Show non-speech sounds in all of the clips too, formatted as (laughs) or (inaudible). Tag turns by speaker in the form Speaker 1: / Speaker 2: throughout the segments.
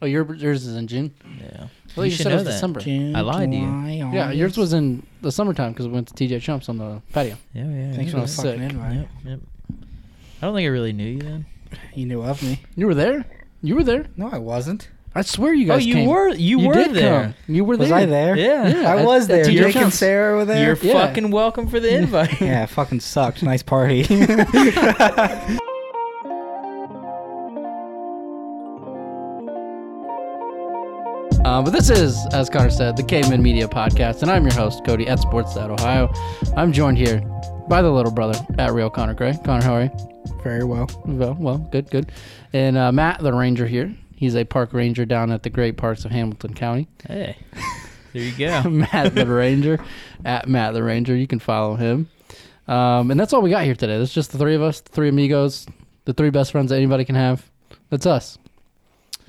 Speaker 1: Oh, your, yours is in June.
Speaker 2: Yeah.
Speaker 1: Well, you
Speaker 2: should
Speaker 1: said it
Speaker 2: know
Speaker 1: was
Speaker 2: that.
Speaker 1: December.
Speaker 3: June,
Speaker 2: I lied to you.
Speaker 3: July,
Speaker 1: Yeah, yours
Speaker 3: August.
Speaker 1: was in the summertime because we went to TJ Chumps on the patio.
Speaker 2: Yeah, yeah.
Speaker 3: Thanks
Speaker 2: yeah.
Speaker 3: for the
Speaker 1: sick.
Speaker 3: fucking invite.
Speaker 2: Yep, yep. I don't think I really knew you then.
Speaker 3: You knew of me.
Speaker 1: You were there. You were there.
Speaker 3: No, I wasn't.
Speaker 1: I swear you guys.
Speaker 2: oh, you
Speaker 1: came.
Speaker 2: were you, were
Speaker 1: did
Speaker 2: there.
Speaker 1: Come. You were
Speaker 3: Was
Speaker 1: there.
Speaker 3: I there?
Speaker 2: Yeah.
Speaker 1: Yeah.
Speaker 3: I
Speaker 1: at-
Speaker 3: was
Speaker 1: at
Speaker 3: there.
Speaker 1: TJ
Speaker 3: Jake and
Speaker 1: Chunks.
Speaker 3: Sarah were there. (laughs)
Speaker 2: You're
Speaker 1: Yeah.
Speaker 2: fucking welcome for the invite.
Speaker 3: yeah, it fucking sucked.
Speaker 1: (laughs)
Speaker 3: Nice party.
Speaker 1: Uh, but this is, as Connor said, the Caveman Media Podcast, and I'm your host Cody at Sportsnet Ohio. I'm joined here by the little brother at Real Connor Gray. Connor, how are you?
Speaker 3: Very well.
Speaker 1: Well, well, good, good. And uh, Matt, the ranger here. He's a park ranger down at the Great Parks of Hamilton County.
Speaker 2: Hey. There you go.
Speaker 1: (laughs) Matt the Ranger at Matt the Ranger. You can follow him. Um, and that's all we got here today. That's just the three of us, the three amigos, the three best friends that anybody can have. That's us.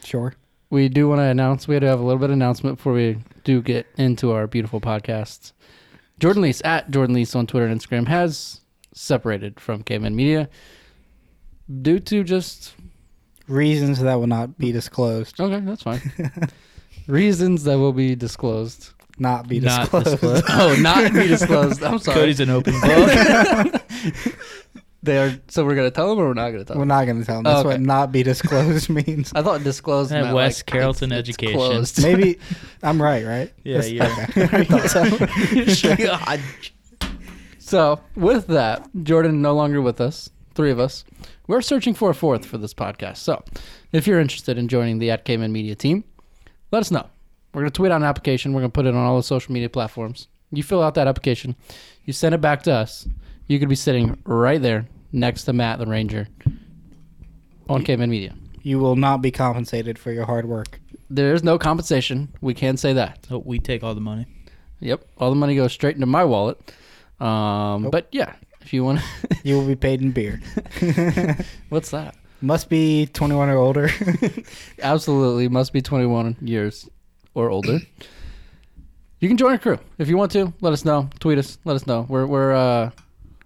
Speaker 3: Sure.
Speaker 1: We do want to announce. We had to have a little bit of announcement before we do get into our beautiful podcasts. Jordan Lease at Jordan Lease on Twitter and Instagram has separated from Caveman Media due to just
Speaker 3: Reasons that will not be disclosed.
Speaker 1: okay, that's fine. Reasons that will be disclosed.
Speaker 3: Not be
Speaker 2: Not
Speaker 3: disclosed.
Speaker 2: disclosed.
Speaker 1: Oh, not be disclosed. I'm sorry.
Speaker 2: Cody's an open (laughs) book.
Speaker 1: They are. So we're gonna tell them, or we're not gonna tell them.
Speaker 3: (laughs) We're not going to tell them. That's
Speaker 1: Okay.
Speaker 3: what not be disclosed (laughs) means.
Speaker 1: (laughs) I thought disclosed
Speaker 2: At
Speaker 1: meant
Speaker 2: West
Speaker 1: like,
Speaker 2: Carrollton
Speaker 1: it's- it's
Speaker 2: Education.
Speaker 1: closed.
Speaker 3: Maybe I'm right, right?
Speaker 2: Yeah,
Speaker 3: That's-
Speaker 2: you're
Speaker 3: okay. (laughs) I thought so.
Speaker 2: God.
Speaker 1: (laughs) So with that, Jordan no longer with us. Three of us. We're searching for a fourth for this podcast. So if you're interested in joining the at Cayman Media team, let us know. We're gonna tweet out an application. We're gonna put it on all the social media platforms. You fill out that application. You send it back to us. You could be sitting right there next to Matt the Ranger on Cayman Media.
Speaker 3: You will not be compensated for your hard work.
Speaker 1: There is no compensation. We can say that.
Speaker 2: Oh, we take all the money.
Speaker 1: Yep. All the money goes straight into my wallet. Um,
Speaker 3: Nope.
Speaker 1: But yeah, if you (laughs) want,
Speaker 3: You will be paid in beer. (laughs)
Speaker 1: what's that?
Speaker 3: Must be 21 or older. (laughs)
Speaker 1: Absolutely, must be 21 years or older. (clears throat) you can join our crew if you want to. Let us know. Tweet us. Let us know. We're we're uh,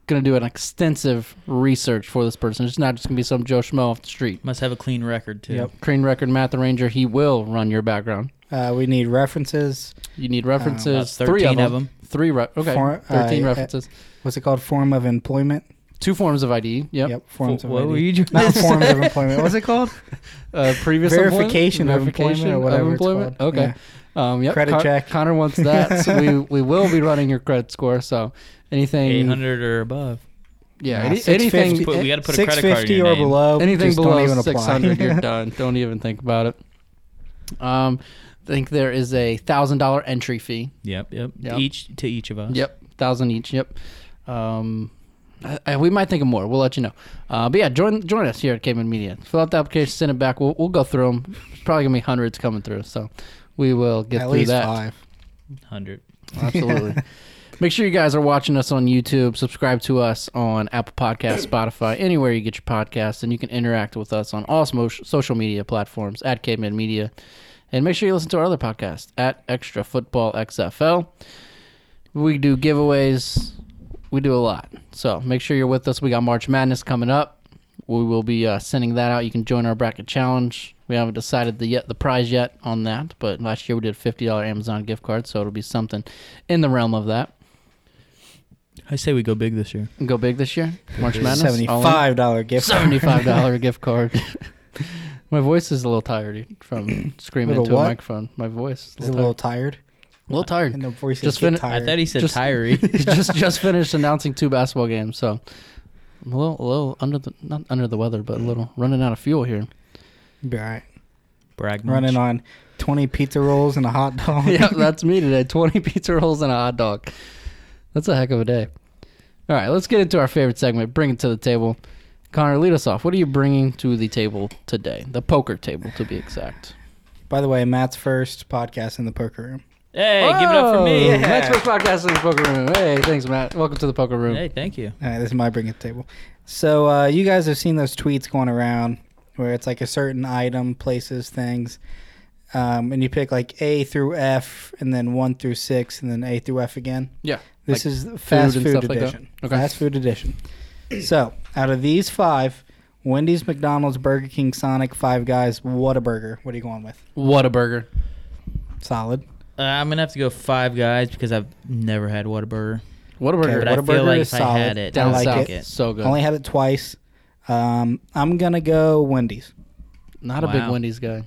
Speaker 1: gonna do an extensive research for this person. It's not just gonna be some Joe Schmo off the street.
Speaker 2: Must have a clean record too.
Speaker 3: Yep.
Speaker 1: Crane record, Matt the Ranger. He will run your background.
Speaker 3: uh, we need references.
Speaker 1: You
Speaker 3: Uh,
Speaker 1: need
Speaker 2: About
Speaker 1: references. Three
Speaker 2: 13
Speaker 1: of them.
Speaker 2: of them.
Speaker 1: Three. Re- okay.
Speaker 3: Four- uh,
Speaker 1: Thirteen
Speaker 3: yeah.
Speaker 1: references.
Speaker 3: What's it called? Form of employment.
Speaker 1: Two forms of ID. Yep.
Speaker 3: Forms
Speaker 2: What
Speaker 3: of
Speaker 2: were
Speaker 3: ID.
Speaker 2: you doing?
Speaker 3: Not forms of employment.
Speaker 2: (laughs)
Speaker 3: What's it called?
Speaker 1: (laughs) Uh, previous
Speaker 3: Verification of
Speaker 1: employment?
Speaker 3: employment or whatever. it's called.
Speaker 1: Okay.
Speaker 3: Yeah.
Speaker 1: Um, yep.
Speaker 3: Credit
Speaker 1: Con-
Speaker 3: check.
Speaker 1: Connor wants
Speaker 3: (laughs)
Speaker 1: that, so we, we will be running your credit score. So
Speaker 2: Eight
Speaker 1: anything,
Speaker 2: hundred or above.
Speaker 1: yeah,
Speaker 3: Nah,
Speaker 1: any-
Speaker 3: 650
Speaker 1: anything,
Speaker 2: Put- we got to put a credit card in
Speaker 3: 650
Speaker 2: your
Speaker 3: or
Speaker 2: name.
Speaker 3: below.
Speaker 1: anything
Speaker 3: just don't even
Speaker 1: below
Speaker 3: apply.
Speaker 1: six hundred,
Speaker 3: (laughs)
Speaker 1: you're done. Don't even think about it. Um, I think there is a thousand dollar entry fee.
Speaker 2: Yep, yep.
Speaker 1: Yep.
Speaker 2: Each to each of us.
Speaker 1: Yep, thousand each. Yep. Um, I, I, we might think of more. We'll let you know. Uh, but yeah, join join us here at Cayman Media. Fill out the application, send it back. We'll we'll go through them. There's probably gonna be hundreds coming through, so we will get
Speaker 3: At
Speaker 1: through
Speaker 3: least
Speaker 1: that.
Speaker 3: five.
Speaker 2: Hundred.
Speaker 1: Absolutely. (laughs) Make sure you guys are watching us on YouTube. Subscribe to us on Apple Podcasts, Spotify, anywhere you get your podcasts, and you can interact with us on all smo- social media platforms at Caveman Media. And make sure you listen to our other podcast at Extra Football XFL. We do giveaways. We do a lot. So make sure you're with us. We got March Madness coming up. We will be uh, sending that out. You can join our bracket challenge. We haven't decided the yet the prize yet on that, but last year we did a fifty dollar Amazon gift card, so it'll be something in the realm of that.
Speaker 2: I say we go big this year.
Speaker 1: Go big this year, March
Speaker 2: big.
Speaker 1: Madness. all in.
Speaker 3: Seventy-five dollar gift. card.
Speaker 1: Seventy-five
Speaker 3: (laughs)
Speaker 1: dollar gift card. My voice is a little tired dude, from screaming
Speaker 3: Little
Speaker 1: into a
Speaker 3: what?
Speaker 1: microphone. My voice
Speaker 3: Is
Speaker 1: is
Speaker 3: it a little tired?
Speaker 1: tired. little tired.
Speaker 3: And the voices
Speaker 1: Just
Speaker 3: just
Speaker 1: fin-
Speaker 3: get
Speaker 1: I
Speaker 3: tired.
Speaker 2: I thought he said
Speaker 1: Just- (laughs)
Speaker 2: Tyree.
Speaker 3: (laughs)
Speaker 1: just just finished announcing two basketball games, so I'm a little, a little under the not under the weather, but a little running out of fuel here.
Speaker 3: Be all right.
Speaker 2: Brag much.
Speaker 3: Running on twenty pizza rolls and a hot
Speaker 1: (laughs)
Speaker 3: dog. (laughs)
Speaker 1: yeah, that's me today. Twenty pizza rolls and a hot dog. That's a heck of a day. All right, let's get into our favorite segment. Bring it to the table. Connor, lead us off. What are you bringing to the table today? The poker table, to be exact.
Speaker 3: By the way, Matt's first podcast in the poker room.
Speaker 2: Hey, give it up for me.
Speaker 1: Oh, Matt's first podcast in the poker room. Hey, thanks, Matt. Welcome to the poker room.
Speaker 2: Hey, thank you.
Speaker 3: All right, this is my bring it to the table. So uh, you guys have seen those tweets going around where it's like a certain item, places, things, um, and you pick like A through F, and then one through six, and then A through F again.
Speaker 1: Yeah.
Speaker 3: This is fast
Speaker 1: and
Speaker 3: food
Speaker 1: stuff like that?
Speaker 3: edition.
Speaker 1: Okay.
Speaker 3: Fast food edition. So out of these five, Wendy's, McDonald's, Burger King, Sonic, Five Guys, Whataburger. What are you going with?
Speaker 1: Whataburger.
Speaker 3: Solid.
Speaker 2: Uh, I'm gonna have to go Five Guys because I've never had Whataburger.
Speaker 1: Whataburger.
Speaker 3: Okay,
Speaker 2: But I feel
Speaker 3: Whataburger
Speaker 2: like
Speaker 3: is
Speaker 2: if I had
Speaker 3: solid.
Speaker 2: it,
Speaker 1: Down
Speaker 2: I would
Speaker 3: like
Speaker 1: south.
Speaker 2: take it.
Speaker 1: So good.
Speaker 3: Only had it twice. Um, I'm gonna go Wendy's.
Speaker 1: Not a big
Speaker 2: Wow.
Speaker 1: Wendy's guy.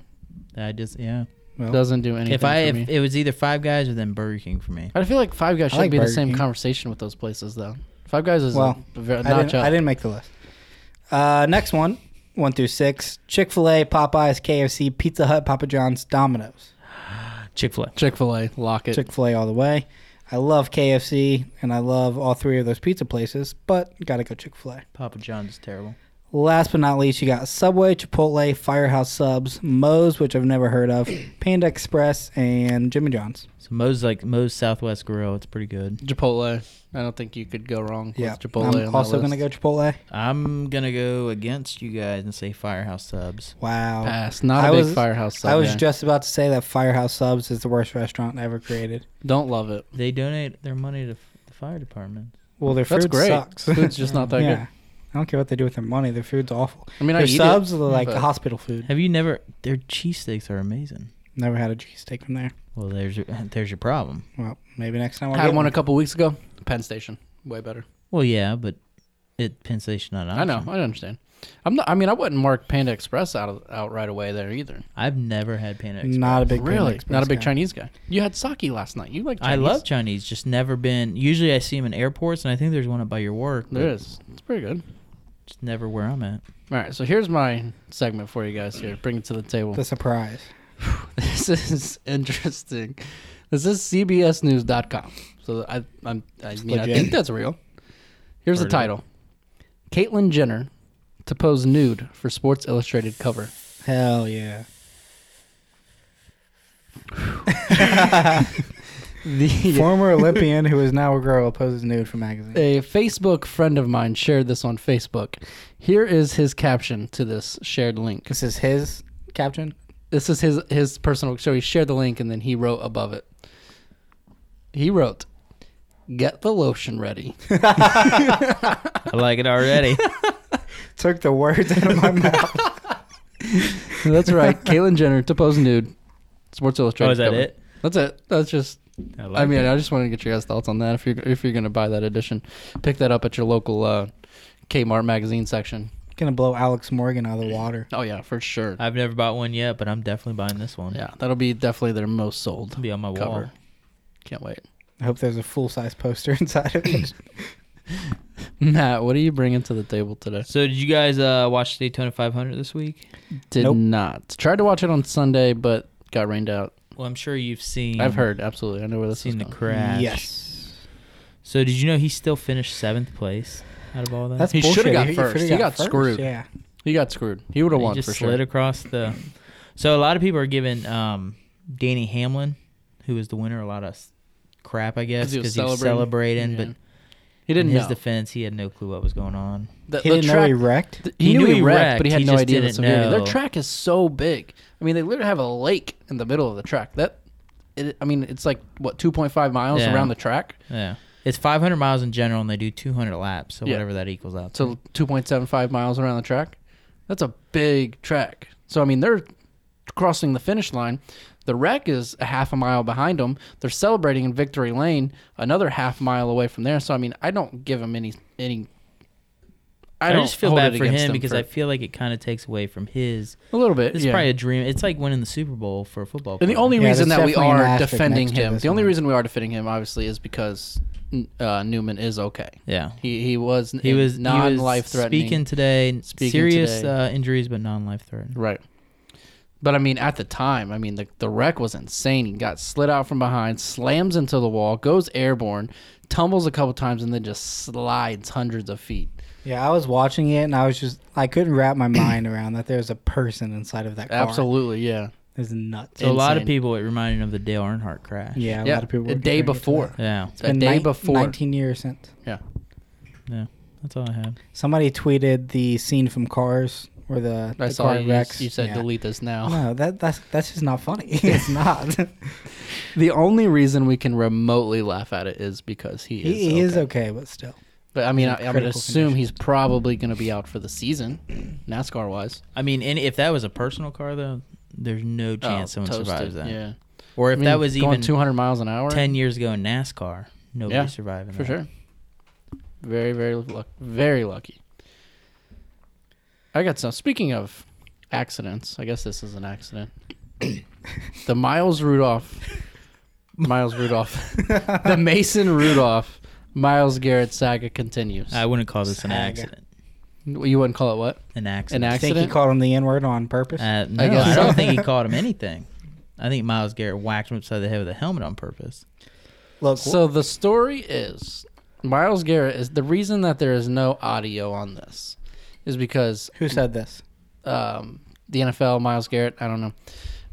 Speaker 2: I just yeah.
Speaker 3: Well,
Speaker 1: Doesn't do anything
Speaker 2: if I
Speaker 1: for
Speaker 2: if
Speaker 1: me.
Speaker 2: it was either Five Guys or then Burger King for me.
Speaker 1: I feel like Five Guys
Speaker 3: I
Speaker 1: should
Speaker 3: like
Speaker 1: be in the
Speaker 3: Burger
Speaker 1: same
Speaker 3: King.
Speaker 1: conversation with those places, though. Five Guys is
Speaker 3: Well,
Speaker 1: a ver-
Speaker 3: I
Speaker 1: notch
Speaker 3: didn't, I
Speaker 1: up.
Speaker 3: didn't make the list. Uh, next one, one through six: Chick Fil A, Popeyes, KFC, Pizza Hut, Papa John's, Domino's.
Speaker 2: Chick Fil A.
Speaker 1: Chick Fil A, lock it.
Speaker 3: Chick Fil A all the way. I love KFC and I love all three of those pizza places, but gotta go Chick Fil A.
Speaker 2: Papa John's is terrible.
Speaker 3: Last but not least, you got Subway, Chipotle, Firehouse Subs, Moe's, which I've never
Speaker 1: (clears throat)
Speaker 3: heard of, Panda Express, and Jimmy John's.
Speaker 2: So Moe's like Moe's Southwest Grill. It's pretty good.
Speaker 1: Chipotle. I don't think you could go wrong
Speaker 3: Yeah,
Speaker 1: with Chipotle. on
Speaker 3: I'm
Speaker 1: that
Speaker 3: also
Speaker 1: list.
Speaker 3: gonna go Chipotle.
Speaker 2: I'm gonna go against you guys and say Firehouse Subs.
Speaker 3: Wow.
Speaker 1: Pass. Not a
Speaker 3: I
Speaker 1: big
Speaker 3: was-
Speaker 1: firehouse. Sub
Speaker 3: I was
Speaker 1: guy.
Speaker 3: just about to say that Firehouse Subs is the worst restaurant ever created.
Speaker 1: Don't love it.
Speaker 2: They donate their money to f- the fire department.
Speaker 3: Well, their
Speaker 1: That's
Speaker 3: food
Speaker 1: great.
Speaker 3: sucks. (laughs)
Speaker 1: Food's just not that
Speaker 3: yeah. I don't care what they do with their money. Their food's awful.
Speaker 1: good. I mean, I
Speaker 3: Their
Speaker 1: eat
Speaker 3: subs
Speaker 1: it,
Speaker 3: are like
Speaker 1: but-
Speaker 3: hospital food.
Speaker 2: Have you never? Their cheesesteaks are amazing.
Speaker 3: Never had a cheesesteak from there.
Speaker 2: Well, there's your, (laughs) there's your problem.
Speaker 3: Well, maybe next time I'll
Speaker 1: had
Speaker 3: get
Speaker 1: one a couple weeks ago. Penn Station, way better.
Speaker 2: Well, yeah, but it Penn Station not an
Speaker 1: I know.
Speaker 2: option.
Speaker 1: I understand. I'm not. I mean, I wouldn't mark Panda Express out of, out right away there either.
Speaker 2: I've never had Panda Express.
Speaker 3: Not a big Panda
Speaker 1: really,
Speaker 3: Express
Speaker 1: not a big
Speaker 3: guy.
Speaker 1: Chinese guy. You had sake last night. You like? Chinese.
Speaker 2: I love Chinese. Just never been. Usually, I see them in airports, and I think there's one up by your work. but
Speaker 1: There is. It's pretty good.
Speaker 2: Just never where I'm at.
Speaker 1: All right, so here's my segment for you guys here. Bring it to the table.
Speaker 3: the surprise.
Speaker 1: (laughs) this is interesting. This is CBSNews.com. So I, I'm, I mean, I
Speaker 3: legit.
Speaker 1: think that's real. Here's the
Speaker 2: Heard of it.
Speaker 1: title: Caitlyn Jenner to pose nude for Sports Illustrated cover.
Speaker 3: Hell yeah. (laughs)
Speaker 1: (laughs) The,
Speaker 3: Former Olympian who is now a girl poses nude for
Speaker 1: (laughs)
Speaker 3: magazine.
Speaker 1: a Facebook friend of mine shared this on Facebook. Here is his caption to this shared link.
Speaker 3: This is his caption.
Speaker 1: This is his his personal. So he shared the link and then he wrote above it. He wrote, "Get the lotion ready."
Speaker 2: I like it already.
Speaker 3: Took the words out of
Speaker 1: (laughs)
Speaker 3: my mouth.
Speaker 1: That's right. Caitlyn Jenner to pose nude. Sports Illustrated.
Speaker 2: oh, is that
Speaker 1: cover.
Speaker 2: it?
Speaker 1: That's it. That's just. I mean, I just wanted to get your guys' thoughts on that. If you're if you're gonna buy that edition, pick that up at your local uh, Kmart magazine section.
Speaker 3: Gonna blow Alex Morgan out of the water.
Speaker 1: Oh yeah, for sure.
Speaker 2: have never bought one yet, but I'm definitely buying this one.
Speaker 1: Yeah, that'll be definitely their most sold.
Speaker 2: It'll be on my wall.
Speaker 1: Cover. Can't wait.
Speaker 3: I hope there's a full size poster (laughs) inside of it.
Speaker 1: Matt, what are you bringing to the table today?
Speaker 2: So, did you guys uh, watch Daytona 500 this week?
Speaker 1: Did
Speaker 3: Nope.
Speaker 1: not. Tried to watch it on Sunday, but got rained out.
Speaker 2: Well, I'm sure you've seen.
Speaker 1: I've heard absolutely. I know where this is
Speaker 2: seen the
Speaker 1: going.
Speaker 2: crash.
Speaker 3: Yes.
Speaker 2: So, did you know he still finished seventh place out of all that?
Speaker 3: That's
Speaker 1: He should've got
Speaker 3: bullshit.
Speaker 1: first.
Speaker 3: should've
Speaker 1: He got screwed.
Speaker 3: Yeah.
Speaker 1: he got screwed. He would have
Speaker 2: He
Speaker 1: won
Speaker 2: just
Speaker 1: for
Speaker 2: slid
Speaker 1: sure.
Speaker 2: across the. So a lot of people are giving um, Danny Hamlin, who was the winner, a lot of s- crap, I guess, because he was celebrating.
Speaker 1: Yeah.
Speaker 2: But
Speaker 1: he didn't
Speaker 2: in his
Speaker 1: know.
Speaker 2: defense, he had no clue what was going on.
Speaker 1: The-
Speaker 3: He
Speaker 1: the
Speaker 3: didn't know
Speaker 1: track-
Speaker 3: he wrecked.
Speaker 1: Th- He, knew, he wrecked, but he had no
Speaker 2: just
Speaker 1: idea the
Speaker 2: didn't
Speaker 1: severity. Their
Speaker 2: know.
Speaker 1: track is so big. I mean, they literally have a lake in the middle of the track. That, it, I mean, it's like what 2.5 miles
Speaker 2: Yeah.
Speaker 1: around the track.
Speaker 2: Yeah, it's 500 miles in general, and they do 200 laps, so
Speaker 1: Yeah.
Speaker 2: whatever that equals out. to.
Speaker 1: So 2.75 miles around the track. That's a big track. So I mean, they're crossing the finish line. The wreck is a half a mile behind them. They're celebrating in victory lane, another half mile away from there. So I mean, I don't give them any any. I,
Speaker 2: I,
Speaker 1: don't
Speaker 2: just feel
Speaker 1: hold
Speaker 2: bad
Speaker 1: it
Speaker 2: for
Speaker 1: against
Speaker 2: him
Speaker 1: them
Speaker 2: because
Speaker 1: for-
Speaker 2: I feel like it kind of takes away from his.
Speaker 1: a little bit.
Speaker 2: It's
Speaker 1: yeah.
Speaker 2: probably a dream. It's like winning the Super Bowl for a football.
Speaker 1: And the
Speaker 2: player.
Speaker 1: only
Speaker 3: Yeah,
Speaker 1: reason
Speaker 3: there's
Speaker 1: that we
Speaker 3: definitely an
Speaker 1: are
Speaker 3: asterisk
Speaker 1: defending
Speaker 3: next to
Speaker 1: him,
Speaker 3: this
Speaker 1: the only
Speaker 3: one.
Speaker 1: reason we are defending him, obviously, is because uh, Newman is okay.
Speaker 2: yeah.
Speaker 1: He he was
Speaker 2: He was he was
Speaker 1: non-life threatening.
Speaker 2: Speaking today,
Speaker 1: Speaking
Speaker 2: serious
Speaker 1: today.
Speaker 2: Uh, injuries, but non-life threatening.
Speaker 1: right. But I mean, at the time, I mean, the the wreck was insane. He got slid out from behind, slams into the wall, goes airborne, tumbles a couple times, and then just slides hundreds of feet.
Speaker 3: Yeah, I was watching it and I was just I couldn't wrap my (clears throat) mind around that there's a person inside of that car.
Speaker 1: Absolutely, yeah,
Speaker 3: It's nuts.
Speaker 2: So a lot of
Speaker 1: Insane.
Speaker 2: people, it reminded them of the Dale Earnhardt crash.
Speaker 3: Yeah, a
Speaker 1: yeah.
Speaker 3: lot of people.
Speaker 1: a
Speaker 3: were
Speaker 1: day
Speaker 3: comparing it to
Speaker 1: before,
Speaker 3: that.
Speaker 2: Yeah.
Speaker 3: It's
Speaker 1: a
Speaker 3: been
Speaker 1: day
Speaker 3: nine-
Speaker 1: before.
Speaker 3: 19 years since.
Speaker 2: That's all I had.
Speaker 3: Somebody tweeted the scene from Cars where the,
Speaker 1: I
Speaker 3: the
Speaker 1: saw
Speaker 3: car
Speaker 1: you,
Speaker 3: wrecks.
Speaker 1: you said
Speaker 3: Yeah.
Speaker 1: delete this now.
Speaker 3: (laughs) No, that that's that's just not funny. (laughs)
Speaker 1: (laughs)
Speaker 3: it's not.
Speaker 1: The only reason we can remotely laugh at it is because he
Speaker 3: he
Speaker 1: is
Speaker 3: he is
Speaker 1: okay.
Speaker 3: okay, but still.
Speaker 1: But I mean, I,
Speaker 3: in
Speaker 1: I would
Speaker 3: critical
Speaker 1: assume
Speaker 3: condition.
Speaker 1: he's probably going to be out for the season, (clears throat) NASCAR wise.
Speaker 2: I mean, and if that was a personal car though, there's no chance someone survives that.
Speaker 1: Oh, Yeah.
Speaker 2: Oh, Or
Speaker 1: I
Speaker 2: if
Speaker 1: mean,
Speaker 2: that was
Speaker 1: going
Speaker 2: even
Speaker 1: 200 miles an hour,
Speaker 2: ten years ago in NASCAR, nobody
Speaker 1: Yeah,
Speaker 2: surviving.
Speaker 1: for
Speaker 2: that.
Speaker 1: sure. Very, very luck, very lucky. I got some. Speaking of accidents, I guess this is an
Speaker 2: (coughs)
Speaker 1: accident. the Miles Rudolph, Miles
Speaker 2: (laughs)
Speaker 1: Rudolph, the Mason Rudolph, Miles Garrett saga continues.
Speaker 2: I wouldn't call this an
Speaker 3: Saga.
Speaker 2: accident.
Speaker 1: you wouldn't call it what? An
Speaker 2: An accident.
Speaker 3: I think he
Speaker 1: accident?
Speaker 3: called him the N word on purpose.
Speaker 2: Uh,
Speaker 1: (laughs)
Speaker 2: no, I,
Speaker 1: guess so.
Speaker 2: don't think he called
Speaker 1: (laughs)
Speaker 2: him anything. I think Miles Garrett whacked him upside the head with a helmet on purpose.
Speaker 3: Look,
Speaker 1: So the story is Miles Garrett is the reason that there is no audio on this is because
Speaker 3: who said this?
Speaker 1: um, the NFL, Miles Garrett, I don't know.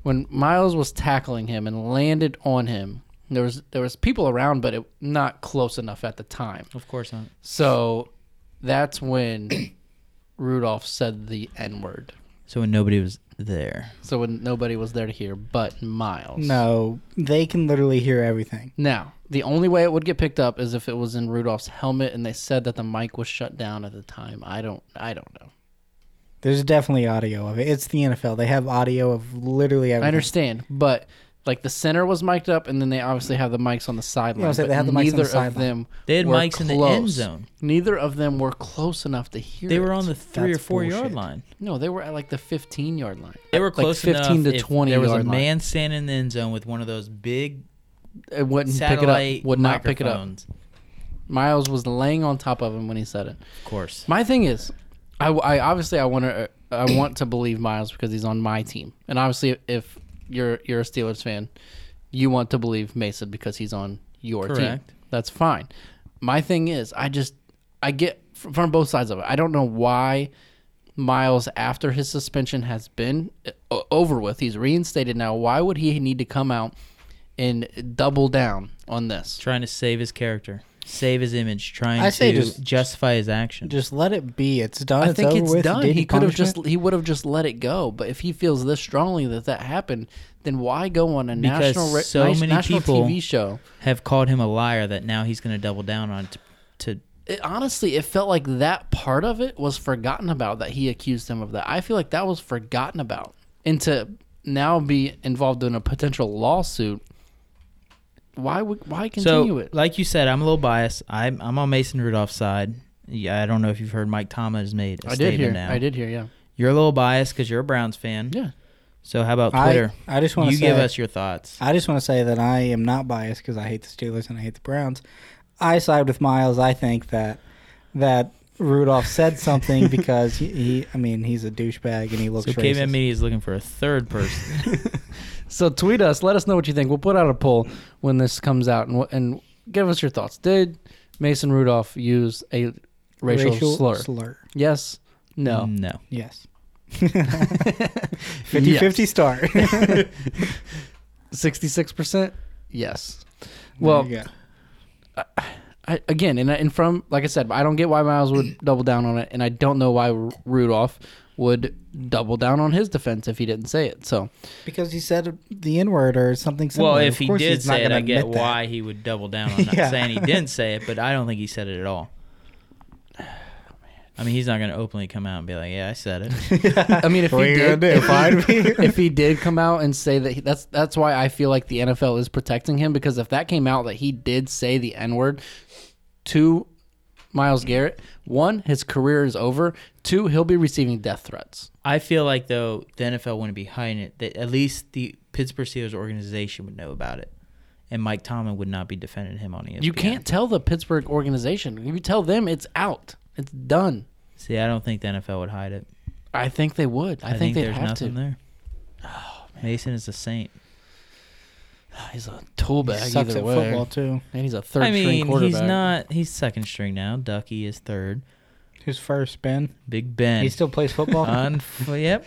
Speaker 1: When Miles was tackling him and landed on him, there was there was people around, but it not close enough at the time.
Speaker 2: Of course not.
Speaker 1: So that's when (coughs) Rudolph said the N word.
Speaker 2: So when nobody was there,
Speaker 1: So when nobody was there to hear, but Miles.
Speaker 3: No, they can literally hear everything.
Speaker 1: Now, the only way it would get picked up is if it was in Rudolph's helmet and they said that the mic was shut down at the time. I don't I don't know.
Speaker 3: There's definitely audio of it. It's the NFL. They have audio of literally everything.
Speaker 1: I understand, but like the center was mic'd up and then they obviously have the mics on the sideline.
Speaker 3: Yeah, I said
Speaker 1: but
Speaker 3: they had the mics on the
Speaker 1: neither of
Speaker 3: sideline.
Speaker 1: them
Speaker 2: they had
Speaker 1: were
Speaker 2: mics in the end
Speaker 1: close.
Speaker 2: zone.
Speaker 1: Neither of them were close enough to hear.
Speaker 2: They were
Speaker 1: it.
Speaker 2: on the three or
Speaker 3: That's
Speaker 2: four yard
Speaker 3: bullshit.
Speaker 2: line.
Speaker 1: No, they were at like the 15 yard line.
Speaker 2: They were
Speaker 1: Like
Speaker 2: close
Speaker 1: 15
Speaker 2: enough
Speaker 1: to
Speaker 2: if
Speaker 1: 20
Speaker 2: There was
Speaker 1: yard
Speaker 2: a
Speaker 1: line.
Speaker 2: man standing in the end zone with one of those big
Speaker 1: It wouldn't
Speaker 2: satellite
Speaker 1: pick it up. Would not pick it up.
Speaker 2: microphones.
Speaker 1: Miles was laying on top of him when he said it.
Speaker 2: Of course.
Speaker 1: My thing is, I, I obviously I want to I want to believe Miles because he's on my team, and obviously if you're you're a Steelers fan, you want to believe Mason because he's on your team.
Speaker 2: Correct.
Speaker 1: That's fine. My thing is, I just I get fr- from both sides of it. I don't know why Miles, after his suspension has been uh, over with, he's reinstated now. Why would he need to come out and double down on this?
Speaker 2: Trying to save his character, save his image, trying
Speaker 3: I say
Speaker 2: to
Speaker 3: just-
Speaker 2: justify his action.
Speaker 3: Just let it be. It's done.
Speaker 1: I
Speaker 3: it's
Speaker 1: think
Speaker 3: over
Speaker 1: it's
Speaker 3: with.
Speaker 1: done.
Speaker 3: Did
Speaker 1: He could have
Speaker 3: punishment?
Speaker 1: just he would have just let it go. But if he feels this strongly that that happened, then why go on a
Speaker 2: Because
Speaker 1: national ra-
Speaker 2: so
Speaker 1: nice-
Speaker 2: many
Speaker 1: national
Speaker 2: people-
Speaker 1: TV show?
Speaker 2: have called him a liar that now he's going to double down on to, to
Speaker 1: It, honestly, it felt like that part of it was forgotten about. That he accused him of that. I feel like that was forgotten about, and to now be involved in a potential lawsuit. Why would why continue
Speaker 2: so,
Speaker 1: it?
Speaker 2: Like you said, I'm a little biased. I'm I'm on Mason Rudolph's side. Yeah, I don't know if you've heard Mike Thomas has made a
Speaker 1: I did
Speaker 2: statement
Speaker 1: hear.
Speaker 2: now.
Speaker 1: I did hear. Yeah.
Speaker 2: You're a little biased because you're a Browns fan.
Speaker 1: Yeah.
Speaker 2: So how about Twitter?
Speaker 3: I, I just want to
Speaker 2: you
Speaker 3: say,
Speaker 2: give us your thoughts.
Speaker 3: I just want to say that I am not biased because I hate the Steelers and I hate the Browns. I side with Miles. I think that that Rudolph
Speaker 1: (laughs)
Speaker 3: said something because he, he I mean, he's a douchebag and he looks
Speaker 2: So
Speaker 3: racist.
Speaker 2: KVM Media is looking for a third
Speaker 3: (laughs)
Speaker 2: person.
Speaker 1: So tweet us. Let us know what you think. We'll put out a poll when this comes out and wh- and give us your thoughts. Did Mason Rudolph use a racial, slur? yes.
Speaker 3: Mm.
Speaker 1: No.
Speaker 2: no.
Speaker 3: Yes.
Speaker 1: (laughs)
Speaker 3: (laughs) 50 50 star. (laughs)
Speaker 1: Sixty-six percent. Yes. Well,
Speaker 3: There you go.
Speaker 1: I, again, and, I- and from like I said, I don't get why Miles would (clears throat) double down on it, and I don't know why R- Rudolph would double down on his defense if he didn't say it. So
Speaker 3: because he said the N word or something similar.
Speaker 2: Well, if
Speaker 3: Of
Speaker 2: he
Speaker 3: course
Speaker 2: did
Speaker 3: he's not
Speaker 2: say it,
Speaker 3: gonna
Speaker 2: I get
Speaker 3: admit that.
Speaker 2: why he would double
Speaker 3: (laughs)
Speaker 2: down on not
Speaker 3: Yeah.
Speaker 2: saying he didn't say it, but I don't think he said it at
Speaker 3: (sighs)
Speaker 2: all.
Speaker 3: Oh,
Speaker 2: I mean, he's not going to openly come out and be like, "Yeah, I said it."
Speaker 3: (laughs)
Speaker 1: I mean, if
Speaker 3: What
Speaker 1: he
Speaker 3: are you
Speaker 1: did,
Speaker 3: gonna (laughs) do?
Speaker 1: (laughs)
Speaker 3: Find me?
Speaker 1: if he did come out and say that he, that's that's why I feel like the NFL is protecting him because if that came out that he did say the N word to Miles Garrett, one his career is over. Two, he'll be receiving death threats.
Speaker 2: I feel like though the NFL wouldn't be hiding it. That at least the Pittsburgh Steelers organization would know about it, and Mike Tomlin would not be defending him on E ESPN.
Speaker 1: You can't tell the Pittsburgh organization. You tell them it's out. It's done.
Speaker 2: see. I don't think the NFL would hide it.
Speaker 1: I think they would. I,
Speaker 2: I,
Speaker 1: think,
Speaker 2: think,
Speaker 1: they'd
Speaker 2: there's
Speaker 1: have to. Oh,
Speaker 2: nothing there. Mason is a saint.
Speaker 1: (sighs) He's a tool
Speaker 3: He
Speaker 1: bag
Speaker 3: (laughs) sucks
Speaker 1: either
Speaker 3: at
Speaker 1: way,
Speaker 3: football too.
Speaker 1: and he's a third
Speaker 2: I
Speaker 1: string
Speaker 2: mean,
Speaker 1: quarterback.
Speaker 2: he's not. He's second string now. Ducky is third.
Speaker 3: Who's first, Ben?
Speaker 2: Big Ben.
Speaker 3: He still plays football.
Speaker 2: Unf- (laughs) yep.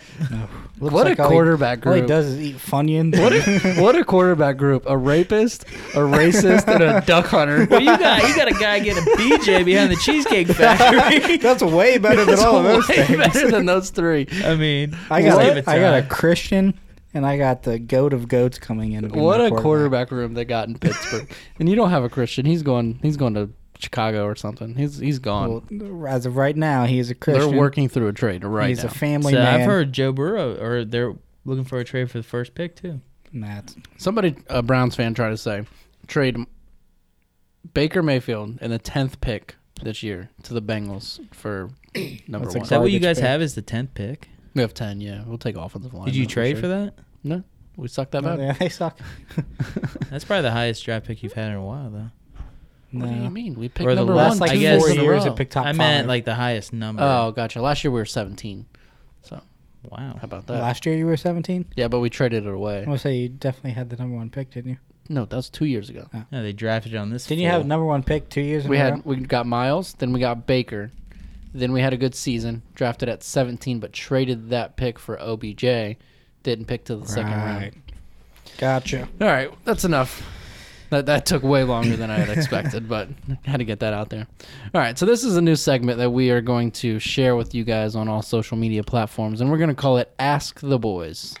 Speaker 3: Looks
Speaker 1: what
Speaker 3: like
Speaker 1: a
Speaker 3: all he-
Speaker 1: quarterback
Speaker 3: All
Speaker 1: group.
Speaker 3: he does is eat Funyuns.
Speaker 1: What a,
Speaker 3: (laughs)
Speaker 1: what a quarterback group! A rapist, a racist, and a duck (laughs) hunter.
Speaker 2: Well, you got you got a guy getting a BJ behind the Cheesecake Factory.
Speaker 3: That's way (laughs) better than
Speaker 1: That's
Speaker 3: all of those
Speaker 1: way
Speaker 3: things.
Speaker 1: better than those three. (laughs)
Speaker 2: I mean,
Speaker 3: I got
Speaker 2: save
Speaker 3: a,
Speaker 2: it
Speaker 3: I got a
Speaker 2: time.
Speaker 3: Christian and I got the goat of goats coming in. to be
Speaker 1: What
Speaker 3: my
Speaker 1: a quarterback room they got in Pittsburgh. and you don't have a Christian. He's going. He's going to Chicago or something. He's he's gone.
Speaker 3: Well, as of right now, he's a Christian.
Speaker 1: They're working through a trade right
Speaker 3: He's
Speaker 1: now.
Speaker 3: a family
Speaker 2: so
Speaker 3: man.
Speaker 2: I've heard Joe Burrow, or they're looking for a trade for the first pick too.
Speaker 3: Nah, it's-
Speaker 1: Somebody, a Browns fan, tried to say trade Baker Mayfield and the tenth pick this year to the Bengals for number
Speaker 3: That's
Speaker 1: one.
Speaker 2: Is that what you
Speaker 3: Garbage
Speaker 2: guys
Speaker 3: pick.
Speaker 2: have? Is the tenth pick?
Speaker 1: We have ten. Yeah, we'll take offensive line.
Speaker 2: Did you trade for that?
Speaker 1: No, we suck that
Speaker 3: no,
Speaker 1: bad.
Speaker 3: they, they suck.
Speaker 2: That's probably the highest draft pick you've had in a while, though.
Speaker 1: What do you
Speaker 3: No.
Speaker 1: mean? We picked
Speaker 2: Or the
Speaker 1: number
Speaker 2: last,
Speaker 1: one.
Speaker 3: like,
Speaker 1: two
Speaker 2: I guess-
Speaker 1: years in a
Speaker 3: years, it
Speaker 1: row.
Speaker 3: picked Top
Speaker 2: I meant
Speaker 3: five.
Speaker 2: like the highest number.
Speaker 1: Oh, gotcha. Last year we were seventeen. So
Speaker 2: wow.
Speaker 1: how about that?
Speaker 3: Last year you were 17.
Speaker 1: yeah, but we traded it away.
Speaker 3: I would say you definitely had the number one pick, didn't you?
Speaker 1: No, that was two years ago.
Speaker 2: No, they drafted on this.
Speaker 3: Didn't you have
Speaker 2: fool.
Speaker 3: number one pick two years? in
Speaker 1: We
Speaker 3: a
Speaker 1: had
Speaker 3: row?
Speaker 1: we got Miles, then we got Baker, then we had a good season, drafted at 17, but traded that pick for OBJ. Didn't pick till the second round.
Speaker 3: Right. Gotcha.
Speaker 1: All right, that's enough. That that took way longer than I had expected, but had to get that out there. All right, so this is a new segment that we are going to share with you guys on all social media platforms, and we're going to call it Ask the Boys.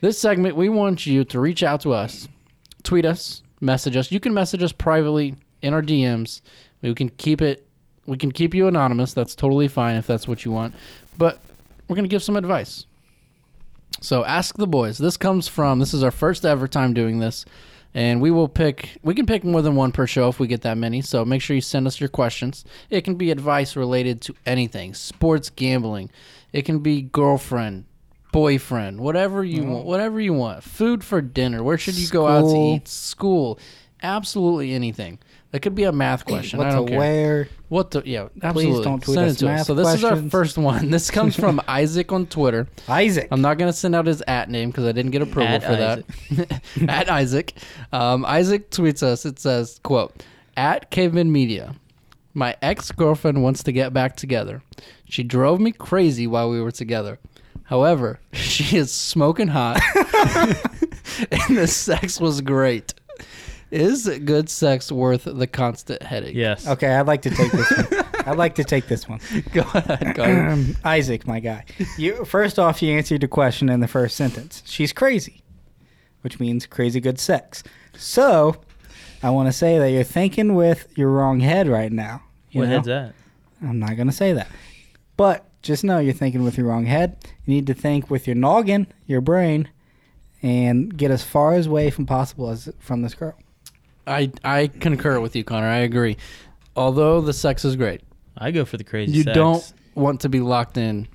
Speaker 1: This segment, we want you to reach out to us, tweet us, message us. You can message us privately in our DMs. We can keep it. We can keep you anonymous. That's totally fine if that's what you want. But we're going to give some advice. So ask the boys. This comes from this is our first ever time doing this, and we will pick. We can pick more than one per show if we get that many. So make sure you send us your questions. It can be advice related to anything: sports, gambling. It can be girlfriend, boyfriend, whatever you want. Whatever you want. Food for dinner. Where should you go out to
Speaker 3: School.
Speaker 1: eat? School. Absolutely anything. That could be a math question.
Speaker 3: What
Speaker 1: I
Speaker 3: to
Speaker 1: don't care.
Speaker 3: wear?
Speaker 1: What the? Yeah, absolutely.
Speaker 3: don't tweet
Speaker 1: Send
Speaker 3: us
Speaker 1: it to
Speaker 3: math
Speaker 1: So this is our
Speaker 3: questions.
Speaker 1: first one. This comes
Speaker 3: (laughs)
Speaker 1: from Isaac on Twitter.
Speaker 3: Isaac.
Speaker 1: I'm not gonna send out his at name because I didn't get approval
Speaker 2: At
Speaker 1: for that. (laughs) at Isaac, um, Isaac tweets us. It says, "quote At Caveman Media, my ex girlfriend wants to get back together. She drove me crazy while we were together. However, (laughs) she is smoking hot, (laughs) and the sex was great. Is good sex worth the constant headache?
Speaker 2: Yes.
Speaker 3: Okay, I'd like to take this one. I'd like to take this one.
Speaker 1: (laughs)
Speaker 3: Um,
Speaker 1: Go ahead. Go ahead.
Speaker 3: Isaac, my guy. You first off, you answered the question in the first sentence. She's crazy, which means crazy good sex. So, I want to say that you're thinking with your wrong head right now. You
Speaker 2: What
Speaker 3: know?
Speaker 2: head's that?
Speaker 3: I'm not gonna say that, but just know you're thinking with your wrong head. You need to think with your noggin, your brain, and get as far as away from possible as from this girl.
Speaker 1: I I concur with you, Connor. I agree. Although the sex is great,
Speaker 2: I go for the crazy.
Speaker 1: you
Speaker 2: sex.
Speaker 1: don't want to be locked in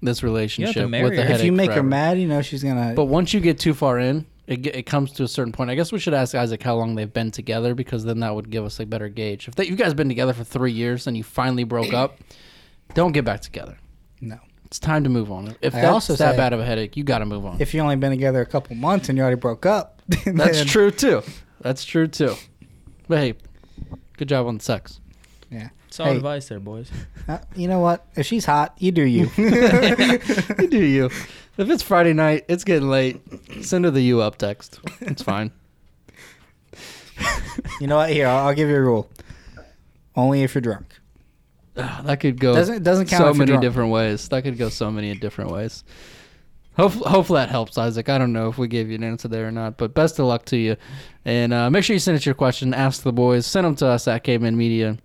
Speaker 1: this
Speaker 2: You
Speaker 1: relationship
Speaker 2: have to marry
Speaker 1: with the
Speaker 2: her.
Speaker 1: headache.
Speaker 3: if you make her
Speaker 1: forever.
Speaker 3: mad, you know she's gonna.
Speaker 1: but once you get too far in, it ge- it comes to a certain point. I guess we should ask Isaac how long they've been together because then that would give us a better gauge. If they, you guys been together for three years and you finally broke up, don't get back together.
Speaker 3: no.
Speaker 1: It's time to move on. If
Speaker 3: I
Speaker 1: that's
Speaker 3: also
Speaker 1: that
Speaker 3: say-
Speaker 1: bad of a headache, you got to move on.
Speaker 3: If you only been together a couple months and you already broke up, (laughs)
Speaker 1: that's
Speaker 3: then- uh,
Speaker 1: true too. That's true too. But hey, good job on sex.
Speaker 3: Yeah.
Speaker 2: Solid
Speaker 3: Hey.
Speaker 2: advice there, boys.
Speaker 3: Uh, you know what? If she's hot, you do
Speaker 1: (laughs)
Speaker 3: you. (laughs)
Speaker 1: you do you. If it's Friday night, it's getting late. Send her the you up text. It's fine.
Speaker 3: you know what? Here, I'll, I'll give you a rule. Only if you're drunk.
Speaker 1: Ah, that could go
Speaker 3: Doesn't- it doesn't count
Speaker 1: so
Speaker 3: if you're
Speaker 1: many
Speaker 3: drunk.
Speaker 1: different ways. That could go so many different ways. Hopefully, hopefully that helps, Isaac. I don't know if we gave you an answer there or not, but best of luck to you. And uh, make sure you send us your question. Ask the boys. Send them to us at Caveman Media.
Speaker 3: You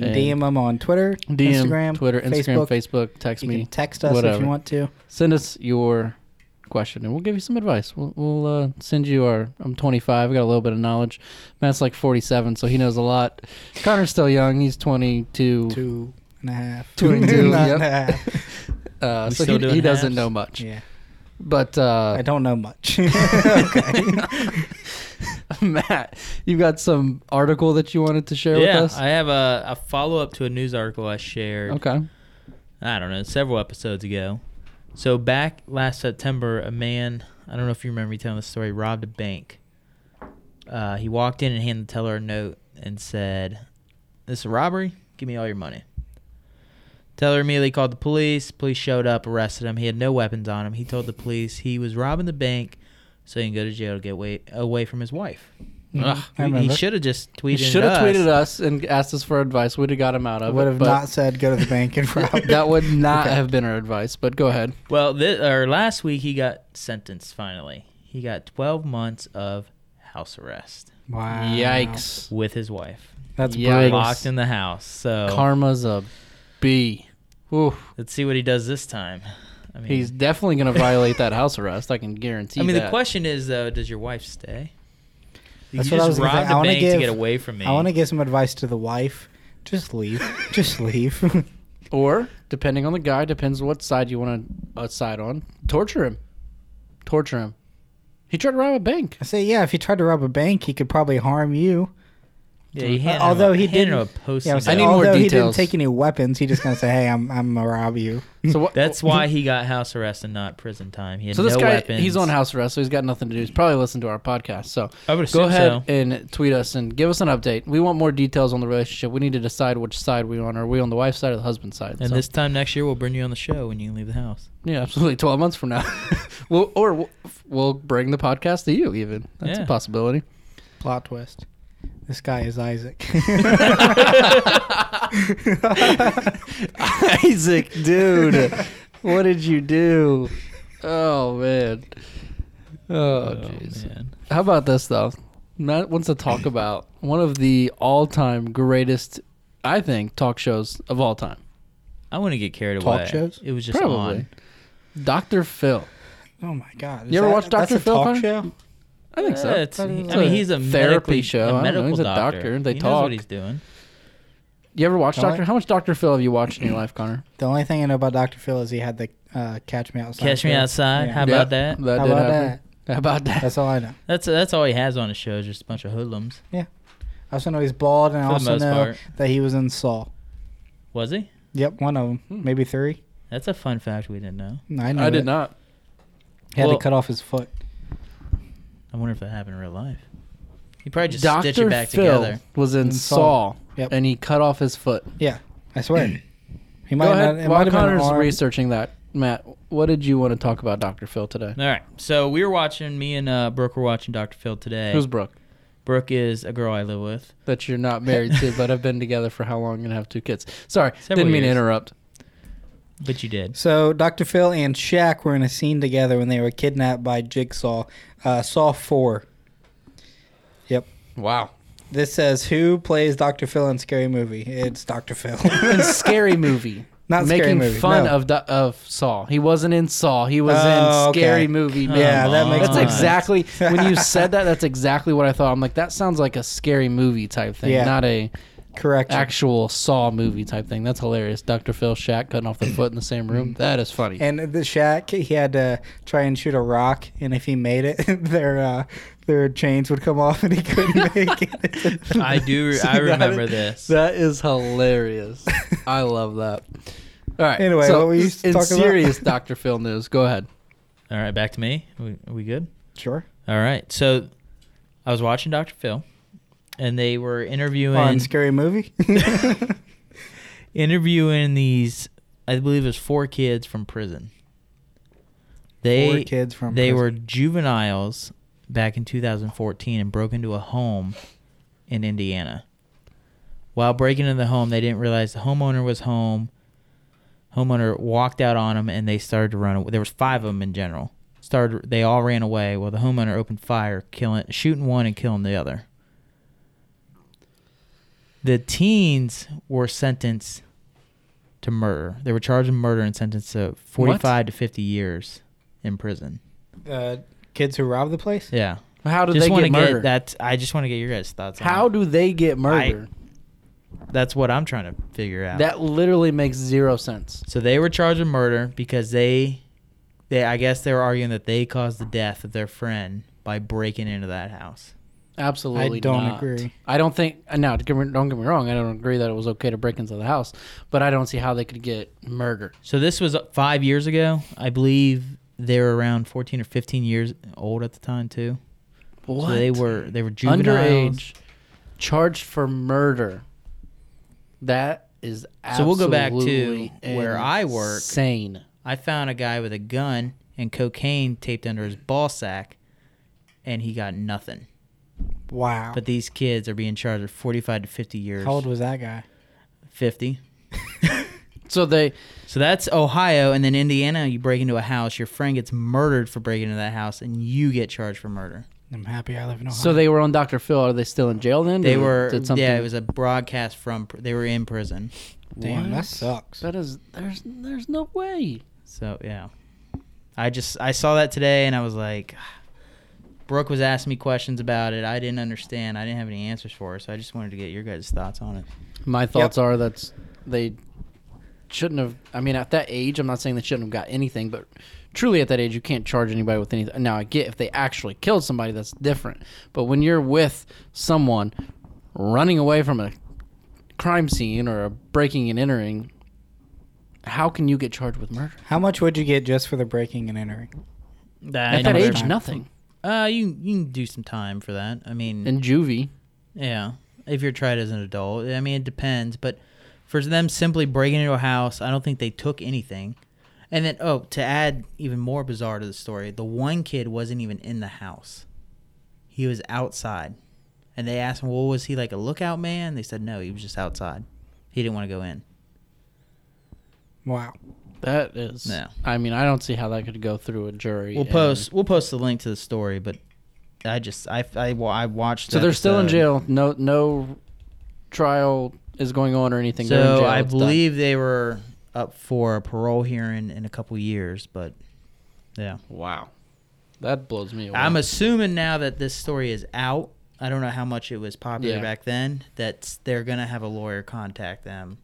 Speaker 3: can
Speaker 1: And-
Speaker 3: DM them on Twitter,
Speaker 1: DM,
Speaker 3: Instagram,
Speaker 1: Twitter, Instagram,
Speaker 3: Facebook.
Speaker 1: Facebook. Text
Speaker 3: You
Speaker 1: me.
Speaker 3: can text us if
Speaker 1: whatever.
Speaker 3: you want to.
Speaker 1: send us your question and we'll give you some advice we'll, we'll uh, send you our i'm 25 i got a little bit of knowledge matt's like 47 so he knows a lot connor's still young he's 22
Speaker 3: Two and a half.
Speaker 1: Two and two,
Speaker 3: (laughs) Not
Speaker 1: yep.
Speaker 3: and a half.
Speaker 1: (laughs) uh,
Speaker 2: We
Speaker 1: so
Speaker 2: still
Speaker 1: he,
Speaker 2: doing
Speaker 1: he doesn't
Speaker 2: halves?
Speaker 1: know much
Speaker 3: Yeah.
Speaker 1: but
Speaker 3: I
Speaker 1: uh,
Speaker 3: don't (laughs) know much. okay.
Speaker 1: (laughs) matt you've got some article that you wanted to share
Speaker 2: yeah,
Speaker 1: with us
Speaker 2: I have a, a follow up to a news article I shared.
Speaker 1: okay
Speaker 2: I don't know, several episodes ago. So back last September, a man I don't know if you remember me telling the story robbed a bank. Uh, he walked in and handed the teller a note and said, "This is a robbery. Give me all your money." Teller immediately called the police. Police showed up, arrested him. He had no weapons on him. He told the police he was robbing the bank so he can go to jail to get away, away from his wife.
Speaker 1: Ugh.
Speaker 3: Mm, I
Speaker 2: He- he
Speaker 3: remember.
Speaker 2: should have just tweeted.
Speaker 1: you should have
Speaker 2: us.
Speaker 1: tweeted us and asked us for advice we'd have got him out of
Speaker 3: Would
Speaker 1: it,
Speaker 3: have
Speaker 1: but
Speaker 3: not said go to the
Speaker 1: (laughs)
Speaker 3: bank and rob.
Speaker 1: that
Speaker 3: (laughs)
Speaker 1: would not
Speaker 3: Okay.
Speaker 1: have been our advice but go ahead
Speaker 2: Well, this, or last week he got sentenced finally. He got 12 months of house arrest
Speaker 3: Wow.
Speaker 1: yikes
Speaker 2: with his wife.
Speaker 3: That's
Speaker 1: Yeah,
Speaker 3: brutal.
Speaker 2: Locked in the house. So
Speaker 1: Karma's a B. Oof.
Speaker 2: let's see what he does this time. I mean,
Speaker 1: He's definitely going to violate that house arrest. I can guarantee
Speaker 2: I mean,
Speaker 1: that.
Speaker 2: the question is though, does your wife stay? You
Speaker 3: That's
Speaker 2: could
Speaker 3: what
Speaker 2: just
Speaker 3: I was gonna say.
Speaker 2: rob
Speaker 3: I
Speaker 2: the
Speaker 3: wanna
Speaker 2: bank to
Speaker 3: give-
Speaker 2: get away from me.
Speaker 3: I want to give some advice to the wife.
Speaker 1: (laughs)
Speaker 3: Just leave. Just leave. (laughs)
Speaker 1: Or, depending on the guy, depends what side you want to uh, side on. Torture him. Torture him. He tried to rob a bank.
Speaker 3: I say, yeah, if he tried to rob a bank, he could probably harm you.
Speaker 2: Yeah, he
Speaker 3: Uh,
Speaker 2: handed
Speaker 3: although
Speaker 2: him a,
Speaker 3: he
Speaker 2: handed him
Speaker 3: didn't-
Speaker 2: a post.
Speaker 3: Yeah, I'm
Speaker 1: I
Speaker 3: saying,
Speaker 1: need more
Speaker 3: although he didn't
Speaker 1: details.
Speaker 3: take any weapons, he just gonna say, hey, I'm, I'm gonna rob you.
Speaker 1: So what?
Speaker 2: That's why he got house arrest and not prison time. He had
Speaker 1: So this
Speaker 2: no
Speaker 1: guy,
Speaker 2: weapons.
Speaker 1: he's on house arrest, so he's got nothing to do. He's probably listened to our podcast. So
Speaker 2: I would assume
Speaker 1: go
Speaker 2: so.
Speaker 1: ahead and tweet us and give us an update. We want more details on the relationship. We need to decide which side we're on. Are we on the wife's side or the husband's side?
Speaker 2: And
Speaker 1: So,
Speaker 2: this time next year, we'll bring you on the show when you leave the house.
Speaker 1: yeah, absolutely. Twelve months from now, (laughs) we'll, or we'll, we'll bring the podcast to you. Even that's
Speaker 2: Yeah.
Speaker 1: a
Speaker 2: (laughs)
Speaker 1: possibility.
Speaker 3: Plot twist. This guy
Speaker 1: (laughs)
Speaker 3: is Isaac. (laughs)
Speaker 1: Isaac, dude,
Speaker 2: (laughs)
Speaker 1: what did you do? Oh man. Oh jeez.
Speaker 2: man.
Speaker 1: How about this though? Matt wants to
Speaker 2: (laughs)
Speaker 1: talk about one of the all-time greatest, I think, talk shows of all time.
Speaker 2: I want to get carried
Speaker 3: Talk
Speaker 2: away.
Speaker 3: shows?
Speaker 2: It was just
Speaker 1: Probably.
Speaker 2: on.
Speaker 1: Dr. Phil.
Speaker 3: oh my god. Is
Speaker 1: You ever
Speaker 3: that-
Speaker 1: watch
Speaker 3: that's
Speaker 1: Dr.
Speaker 3: a
Speaker 1: Phil,
Speaker 3: Talk
Speaker 1: Connor?
Speaker 3: show?
Speaker 1: I think so.
Speaker 2: Yeah, it's- I
Speaker 1: It's
Speaker 2: mean, he's a
Speaker 1: therapy
Speaker 2: medically-
Speaker 1: show. I
Speaker 2: A
Speaker 1: don't know.
Speaker 2: medical
Speaker 1: He's a
Speaker 2: doctor.
Speaker 1: doctor. They
Speaker 2: he knows
Speaker 1: talk.
Speaker 2: what he's doing.
Speaker 1: You ever watch
Speaker 3: Don't I?
Speaker 1: Doctor? How much Dr. Phil have you watched in your life, Connor?
Speaker 3: The only thing I know about Dr. Phil is he had the uh, Catch Me Outside.
Speaker 2: Catch me
Speaker 3: show.
Speaker 2: outside.
Speaker 3: Yeah.
Speaker 2: How
Speaker 1: Yeah,
Speaker 2: about that?
Speaker 1: That
Speaker 3: How
Speaker 1: did
Speaker 3: about
Speaker 1: happen. How about that?
Speaker 3: That's all I know.
Speaker 2: That's that's all he has on his show is just a bunch of hoodlums.
Speaker 3: I also know he's bald, and
Speaker 2: For
Speaker 3: I
Speaker 2: the
Speaker 3: also
Speaker 2: most
Speaker 3: know
Speaker 2: part.
Speaker 3: that he was in Saw.
Speaker 2: Was he?
Speaker 3: Yep, one of them,
Speaker 1: Hmm.
Speaker 3: maybe three.
Speaker 2: That's a fun fact we didn't know.
Speaker 3: I, knew
Speaker 1: I
Speaker 3: it.
Speaker 1: did not.
Speaker 3: He had
Speaker 2: Well-
Speaker 3: to cut off his foot.
Speaker 2: I wonder if that happened in real life. He probably just
Speaker 1: Dr.
Speaker 2: stitched it back
Speaker 1: Phil
Speaker 2: together.
Speaker 1: was in
Speaker 3: In
Speaker 1: Saw,
Speaker 3: Saw. Yep.
Speaker 1: and he cut off his foot. (clears throat)
Speaker 3: I swear. He
Speaker 1: Go ahead.
Speaker 3: it might
Speaker 1: While
Speaker 3: have been an
Speaker 1: Connor's
Speaker 3: arm.
Speaker 1: researching that, Matt, what did you want to talk about Dr. Phil today?
Speaker 2: All right. So we were watching. Me and uh, Brooke were watching Dr. Phil today.
Speaker 1: Who's Brooke?
Speaker 2: Brooke is a girl I live with.
Speaker 1: That you're not married to, but have
Speaker 3: (laughs)
Speaker 1: been together for how long and have two kids? Sorry,
Speaker 2: Several
Speaker 1: didn't mean
Speaker 2: years.
Speaker 1: to interrupt.
Speaker 2: But
Speaker 1: (laughs)
Speaker 2: you did.
Speaker 3: So Dr. Phil and Shaq were in a scene together when they were kidnapped by Jigsaw. Uh, Saw four.
Speaker 1: Wow.
Speaker 3: This says who plays Dr. Phil in Scary Movie. It's Dr. Phil. (laughs)
Speaker 1: In Scary Movie.
Speaker 3: Not
Speaker 1: making
Speaker 3: Scary Movie.
Speaker 1: fun
Speaker 3: no.
Speaker 1: of Do- of Saul. He wasn't in Saul. He was
Speaker 3: Oh,
Speaker 1: in
Speaker 3: okay.
Speaker 1: Scary Movie.
Speaker 2: Come
Speaker 1: Man.
Speaker 3: Yeah, that makes
Speaker 1: That's
Speaker 2: on.
Speaker 1: exactly when
Speaker 3: (laughs)
Speaker 1: you said that. That's exactly what I thought. I'm like, that sounds like a scary movie type thing,
Speaker 3: Yeah.
Speaker 1: not a
Speaker 3: correct.
Speaker 1: actual Saw movie type thing. That's hilarious. Dr. Phil Shack cutting off the foot in the same room. That is funny.
Speaker 3: And the Shaq, he had to try and shoot a rock, and if he made it, (laughs) their uh, their chains would come off, and he couldn't (laughs) make it.
Speaker 2: I
Speaker 3: (laughs)
Speaker 2: do.
Speaker 1: See,
Speaker 2: I
Speaker 1: that
Speaker 2: remember
Speaker 1: is-
Speaker 2: this.
Speaker 1: That is hilarious. I love that. All right.
Speaker 3: Anyway, what were you
Speaker 1: in
Speaker 3: talking about?
Speaker 1: serious Dr. Phil news, go ahead.
Speaker 2: All right, back to me. We, are we good?
Speaker 3: (laughs) Sure.
Speaker 2: All right. So I was watching Dr. Phil, and they were interviewing
Speaker 3: On
Speaker 2: (laughs)
Speaker 3: Scary Movie.
Speaker 2: interviewing these. I believe it was four kids from prison. They
Speaker 3: Four kids from
Speaker 2: they
Speaker 3: prison.
Speaker 2: were juveniles back in 2014 and broke into a home in Indiana. While breaking into the home, they didn't realize the homeowner was home. Homeowner walked out on them, and they started to run. away. There was five of them in general. Started they all ran away. Well, the homeowner opened fire, killing, shooting one and killing the other. The teens were sentenced to murder. They were charged with murder and sentenced to 45 to 50 years in prison.
Speaker 3: uh, kids who robbed the place.
Speaker 2: Yeah.
Speaker 1: How do
Speaker 2: just
Speaker 1: they
Speaker 2: want to
Speaker 1: get murdered?
Speaker 2: that. I just want to get your guys' thoughts.
Speaker 1: How
Speaker 2: on
Speaker 1: do they get murdered?
Speaker 2: it. that's what I'm trying to figure out.
Speaker 1: That literally makes zero sense.
Speaker 2: so they were charged with murder because they, they I guess they were arguing that they caused the death of their friend by breaking into that house.
Speaker 1: Absolutely
Speaker 3: I don't
Speaker 1: not.
Speaker 3: agree.
Speaker 1: I don't think now. Don't get me don't get me wrong. I don't agree that it was okay to break into the house, but I don't see how they could get murdered.
Speaker 2: So this was five years ago, I believe. They were around 14 or 15 years old at the time too.
Speaker 1: What?
Speaker 2: So they were they were juveniles.
Speaker 1: underage, charged for murder. That is
Speaker 2: So we'll go back to
Speaker 1: absolutely
Speaker 2: where I work.
Speaker 1: Insane.
Speaker 2: I found a guy with a gun and cocaine taped under his ball sack, and he got nothing.
Speaker 3: Wow.
Speaker 2: But these kids are being charged with 45 to 50 years.
Speaker 3: How old was that guy? (laughs)
Speaker 2: (laughs) 50.
Speaker 1: So they
Speaker 2: So that's Ohio, and then Indiana. You break into a house, your friend gets murdered for breaking into that house, and you get charged for murder.
Speaker 3: I'm happy I live in Ohio.
Speaker 1: So they were on Dr. Phil. Are they still in jail then?
Speaker 2: They
Speaker 1: Did-
Speaker 2: were
Speaker 1: Mm. did something-
Speaker 2: yeah. It was a broadcast from. pr- They were in prison.
Speaker 3: damn
Speaker 1: What?
Speaker 3: that sucks.
Speaker 1: That is there's there's no way.
Speaker 2: So yeah, I just I saw that today and I was like, (sighs) Brooke was asking me questions about it. I didn't understand. I didn't have any answers for her, so I just wanted to get your guys' thoughts on it.
Speaker 1: My thoughts are that's they shouldn't have. I mean, at that age, I'm not saying they shouldn't have got anything, but truly at that age, you can't charge anybody with anything. Now, I get if they actually killed somebody, that's different. But when you're with someone running away from a crime scene or a breaking and entering, how can you get charged with murder
Speaker 3: How much would you get just for the breaking and entering?
Speaker 1: at that age? Nothing
Speaker 2: uh, you you can do some time for that. I mean,
Speaker 1: in juvie.
Speaker 2: Yeah, if you're tried as an adult, I mean it depends. But for them simply breaking into a house, I don't think they took anything. And then, oh, to add even more bizarre to the story, the one kid wasn't even in the house; he was outside. And they asked him, "Well, was he like a lookout man?" They said, "No, he was just outside. He didn't want to go in."
Speaker 3: Wow.
Speaker 1: That is.
Speaker 2: No.
Speaker 1: I mean, I don't see how that could go through a jury.
Speaker 2: We'll
Speaker 1: and-
Speaker 2: post. We'll post the link to the story, but I just I I, wa- I watched.
Speaker 1: So
Speaker 2: the
Speaker 1: they're still in
Speaker 2: episode.
Speaker 1: jail. No, no trial is going on or anything. They're in
Speaker 2: So
Speaker 1: jail.
Speaker 2: I
Speaker 1: It's done.
Speaker 2: believe they were up for a parole hearing in a couple years, but yeah.
Speaker 1: Wow, that blows me away.
Speaker 2: I'm assuming now that this story is out, I don't know how much it was popular
Speaker 1: Yeah.
Speaker 2: back then, that they're going to have a lawyer contact them.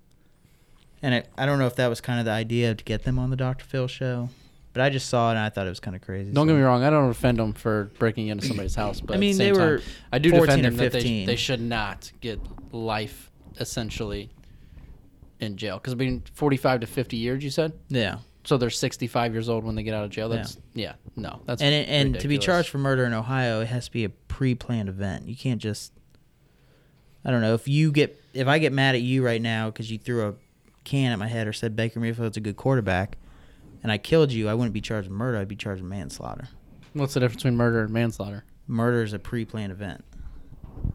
Speaker 2: And I, I don't know if that was kind of the idea to get them on the Dr. Phil show, but I just saw it and I thought it was kind of crazy.
Speaker 1: don't get
Speaker 2: so-
Speaker 1: me wrong. I don't defend them for breaking into
Speaker 2: (clears throat)
Speaker 1: somebody's house, but
Speaker 2: I
Speaker 1: at
Speaker 2: mean,
Speaker 1: the
Speaker 2: they
Speaker 1: same
Speaker 2: were
Speaker 1: time, I do
Speaker 2: 14
Speaker 1: defend
Speaker 2: or
Speaker 1: them that they,
Speaker 2: 15.
Speaker 1: they should not get life essentially in jail because I mean, 45 to 50 years. You said
Speaker 2: Yeah.
Speaker 1: so they're 65 years old when they get out of jail.
Speaker 2: Yeah.
Speaker 1: That's yeah, no, that's
Speaker 2: and it, and to be
Speaker 1: ridiculous.
Speaker 2: charged for murder in Ohio, it has to be a pre-planned event. You can't just I don't know if you get if I get mad at you right now because you threw a can at my head or said Baker Mayfield's a good quarterback, and I killed you, I wouldn't be charged with murder. I'd be charged with manslaughter.
Speaker 1: What's the difference between murder and manslaughter?
Speaker 2: Murder is a pre-planned event.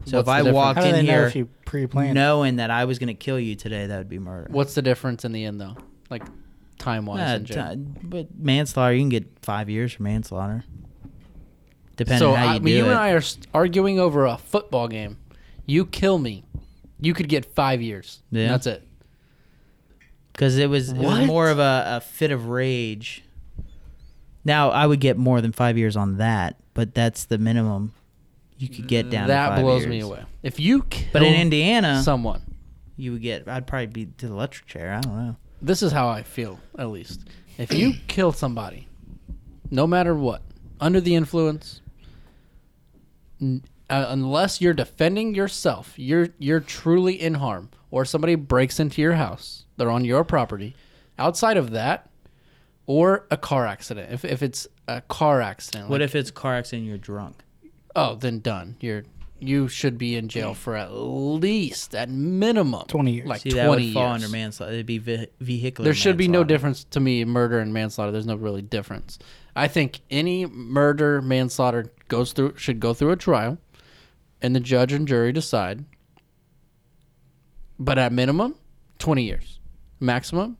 Speaker 2: So
Speaker 1: What's
Speaker 2: if I
Speaker 1: the difference?
Speaker 2: walked
Speaker 3: How do they
Speaker 2: in
Speaker 3: know
Speaker 2: here
Speaker 3: if you pre-planned?
Speaker 2: knowing that I was going to kill you today, that would be murder.
Speaker 1: What's the difference in the end though? Like time wise
Speaker 2: Nah,
Speaker 1: in jail.
Speaker 2: t- but manslaughter, you can get five years for manslaughter. Depending
Speaker 1: so
Speaker 2: on how you
Speaker 1: I,
Speaker 2: do
Speaker 1: mean, you
Speaker 2: it.
Speaker 1: and I are s- arguing over a football game. You kill me, you could get five years.
Speaker 2: Yeah.
Speaker 1: that's it.
Speaker 2: because it was it was
Speaker 1: What?
Speaker 2: more of a, a fit of rage. Now I would get more than five years on that, but that's the minimum you could get down. to
Speaker 1: that
Speaker 2: five
Speaker 1: blows
Speaker 2: years.
Speaker 1: me away. If you kill
Speaker 2: But in Indiana,
Speaker 1: someone,
Speaker 2: you would get. I'd probably be to the electric chair. I don't know.
Speaker 1: this is how I feel. At least, if
Speaker 2: (clears throat)
Speaker 1: you kill somebody, no matter what, under the influence, n- uh, unless you're defending yourself, you're you're truly in harm, or somebody breaks into your house, they're on your property. Outside of that, or a car accident. If if it's a car accident, like
Speaker 2: What if it's a car accident? and You're drunk.
Speaker 1: Oh, then done. You're you should be in jail for at least at minimum
Speaker 3: 20 years.
Speaker 1: Like
Speaker 2: Mm. See,
Speaker 1: twenty
Speaker 2: that would
Speaker 1: years.
Speaker 2: fall under manslaughter. It'd be ve- vehicular.
Speaker 1: there should be no
Speaker 2: manslaughter.
Speaker 1: difference to me in murder and manslaughter. There's no really difference. I think any murder manslaughter goes through should go through a trial, and the judge and jury decide. But at minimum, twenty years, maximum,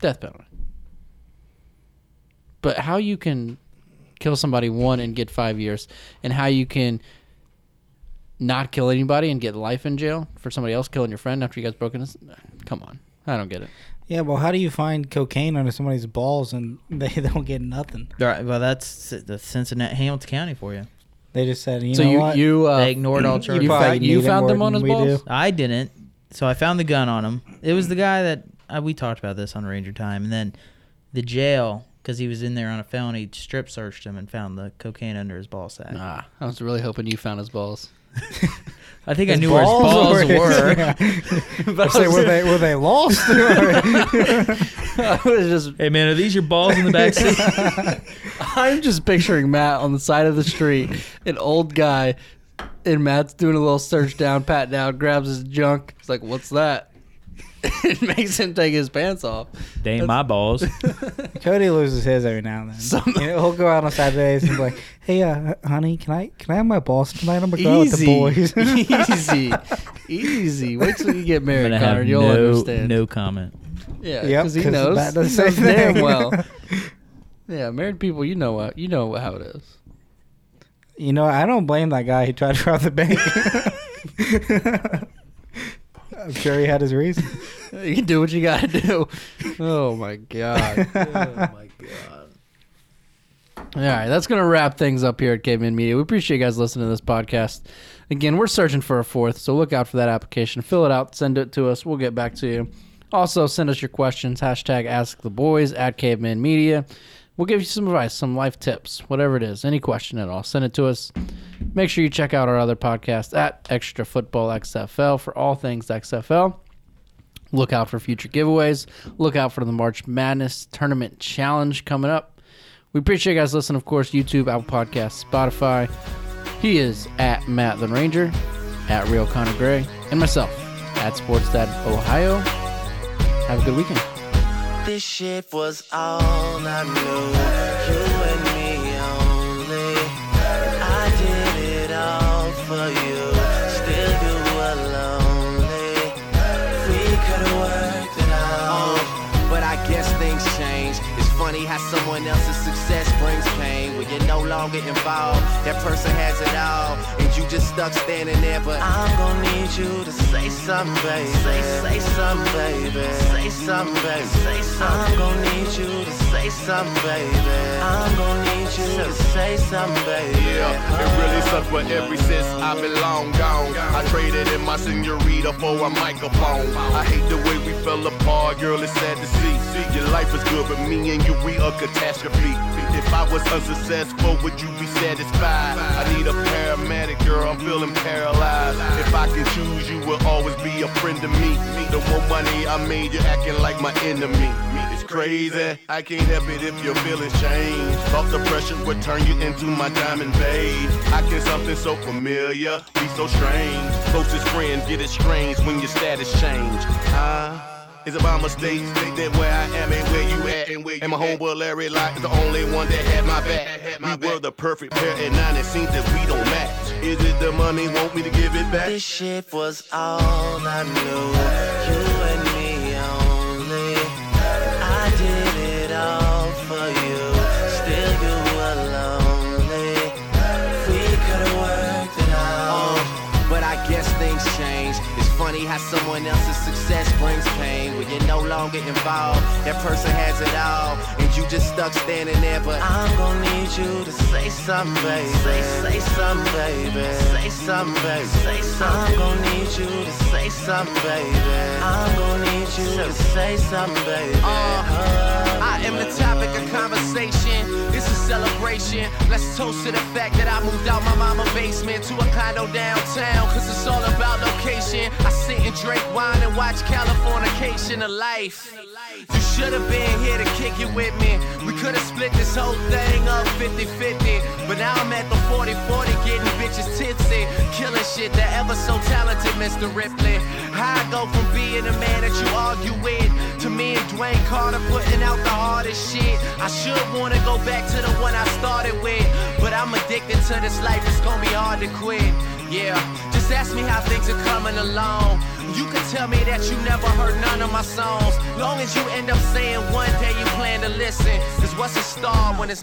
Speaker 1: death penalty. But how you can kill somebody one and get five years, and how you can not kill anybody and get life in jail for somebody else killing your friend after you guys broke in? this- Come on, I don't get it.
Speaker 3: Yeah, well, how do you find cocaine under somebody's balls and (laughs) they don't get nothing?
Speaker 2: All right, well, that's the Cincinnati Hamilton County for you.
Speaker 3: They just said, you
Speaker 1: so
Speaker 3: know
Speaker 1: you
Speaker 3: what?
Speaker 1: you uh,
Speaker 2: they ignored all
Speaker 1: you,
Speaker 2: charges.
Speaker 3: probably
Speaker 1: found, you
Speaker 3: need it
Speaker 1: found
Speaker 3: more
Speaker 1: them on his
Speaker 3: than we
Speaker 1: balls.
Speaker 3: do.
Speaker 2: I didn't. So I found the gun on him. It was the guy that I, we talked about this on Ranger Time, and then the jail because he was in there on a felony strip searched him and found the cocaine under his ball sack.
Speaker 1: Nah, I was really hoping you found his
Speaker 3: (laughs)
Speaker 1: balls.
Speaker 2: I think I
Speaker 3: His
Speaker 2: knew where his balls (laughs)
Speaker 1: (laughs)
Speaker 2: were.
Speaker 3: I say, were they were they lost?
Speaker 1: I was just
Speaker 2: hey man, are these your balls in the back seat?
Speaker 1: I'm just picturing Matt on the side of the street, an old guy, and Matt's doing a little search down, pat down, grabs his junk. He's like, "What's that?" (laughs) it makes him take his pants off.
Speaker 2: they ain't my balls.
Speaker 3: (laughs) Cody loses his every now and then.
Speaker 1: Some-
Speaker 3: You know, he'll go out on Saturdays and
Speaker 1: (laughs)
Speaker 3: be like, "Hey, uh, honey, can I can I have my balls tonight? I'm gonna go out with the boys."
Speaker 1: (laughs)
Speaker 3: (laughs)
Speaker 1: easy, easy. Wait till you get married, Connor. You'll understand.
Speaker 2: comment.
Speaker 1: Yeah,
Speaker 3: Yep,
Speaker 1: because he
Speaker 3: 'cause
Speaker 1: knows.
Speaker 3: Matt does
Speaker 1: he
Speaker 3: the
Speaker 1: knows
Speaker 3: same
Speaker 1: damn
Speaker 3: (laughs) thing.
Speaker 1: well. Yeah, married people, you know what you know how it is.
Speaker 3: You know, I don't blame that guy who tried to rob the bank. I'm sure he had his reason.
Speaker 1: (laughs) You do what you gotta do. Oh my god. (laughs) oh my god. All right, that's gonna wrap things up here at Caveman Media. We appreciate you guys listening to this podcast. Again, we're searching for a fourth, so look out for that application. Fill it out, send it to us. We'll get back to you. Also, send us your questions. Hashtag Ask the Boys at Caveman Media. We'll give you some advice, some life tips, whatever it is. Any question at all, send it to us. Make sure you check out our other podcast at Extra Football XFL for all things XFL. Look out for future giveaways. Look out for the March Madness Tournament Challenge coming up. We appreciate you guys listening, of course, YouTube, Apple Podcasts, Spotify. He is at Matt the Ranger, at Real Connor Gray, and myself at Sports Dad Ohio. Have a good weekend.
Speaker 4: This shit was all I knew. You and me only. I did it all for you. Still you were lonely. We could've worked it out.
Speaker 5: But I guess things change. It's funny how someone else's success brings pain. When you're no longer involved, that person has it all. And you just stuck standing there, but
Speaker 4: I'm gonna need you to say something, baby. Say, say something, baby. Say something, baby. Say something. I'm gonna need you to say something, baby. I'm gonna need you to say something, baby.
Speaker 6: Yeah, it really sucks, but ever since I've been long gone, I traded in my senorita for a microphone. I hate the way we fell apart, girl, it's sad to see. See, Your life was good, but me and you, we a catastrophe. If I was unsuccessful, would you be satisfied? I need a paramedic, girl, I'm feeling paralyzed. If I can choose, you will always be a friend to me. The more money I made, you're acting like my enemy. It's crazy, I can't help it if your feelings change. Thought the pressure would turn you into my diamond babe. How can something so familiar be so strange? Closest friends get it strange when your status change. Huh? It's about mistakes that where I am and where you at. And, where you and my homeboy Larry Locke is the only one that had my back. we were the perfect pair, and now it seems that we don't match. Is it the money want me to give it back?
Speaker 4: This shit was all I knew. You and me only. I did it all for you. Still, you were lonely. We could've worked it out.
Speaker 5: Uh, but I guess things change. It's funny how someone else's success brings pain. When you're no longer involved, that person has it all, and you just stuck standing there. But
Speaker 4: I'm gonna need you to say something, baby. Say, say something, baby. Say something, baby. Say something. I'm gonna need you to say something, baby. I'm gonna need you to say something, baby.
Speaker 5: Uh, I am the topic of conversation. It's a celebration. Let's toast to the fact that I moved out my mama basement to a condo downtown. Cause it's all about location. I sit and drink wine and watch Californication of life. You should have been here to kick it with me. We could have split this whole thing up 50 50. But now I'm at the 40 40 getting bitches tipsy. Killing shit, the ever so talented Mr. Ripley. How I go from being a man that you argue with to me and Dwayne Carter putting out the hardest shit. I should wanna go back to the one I started with. But I'm addicted to this life, it's gonna be hard to quit. Yeah, just ask me how things are coming along. You can tell me that you never heard none of my songs. Long as you end up saying one day you plan to listen. Cause what's a star when it's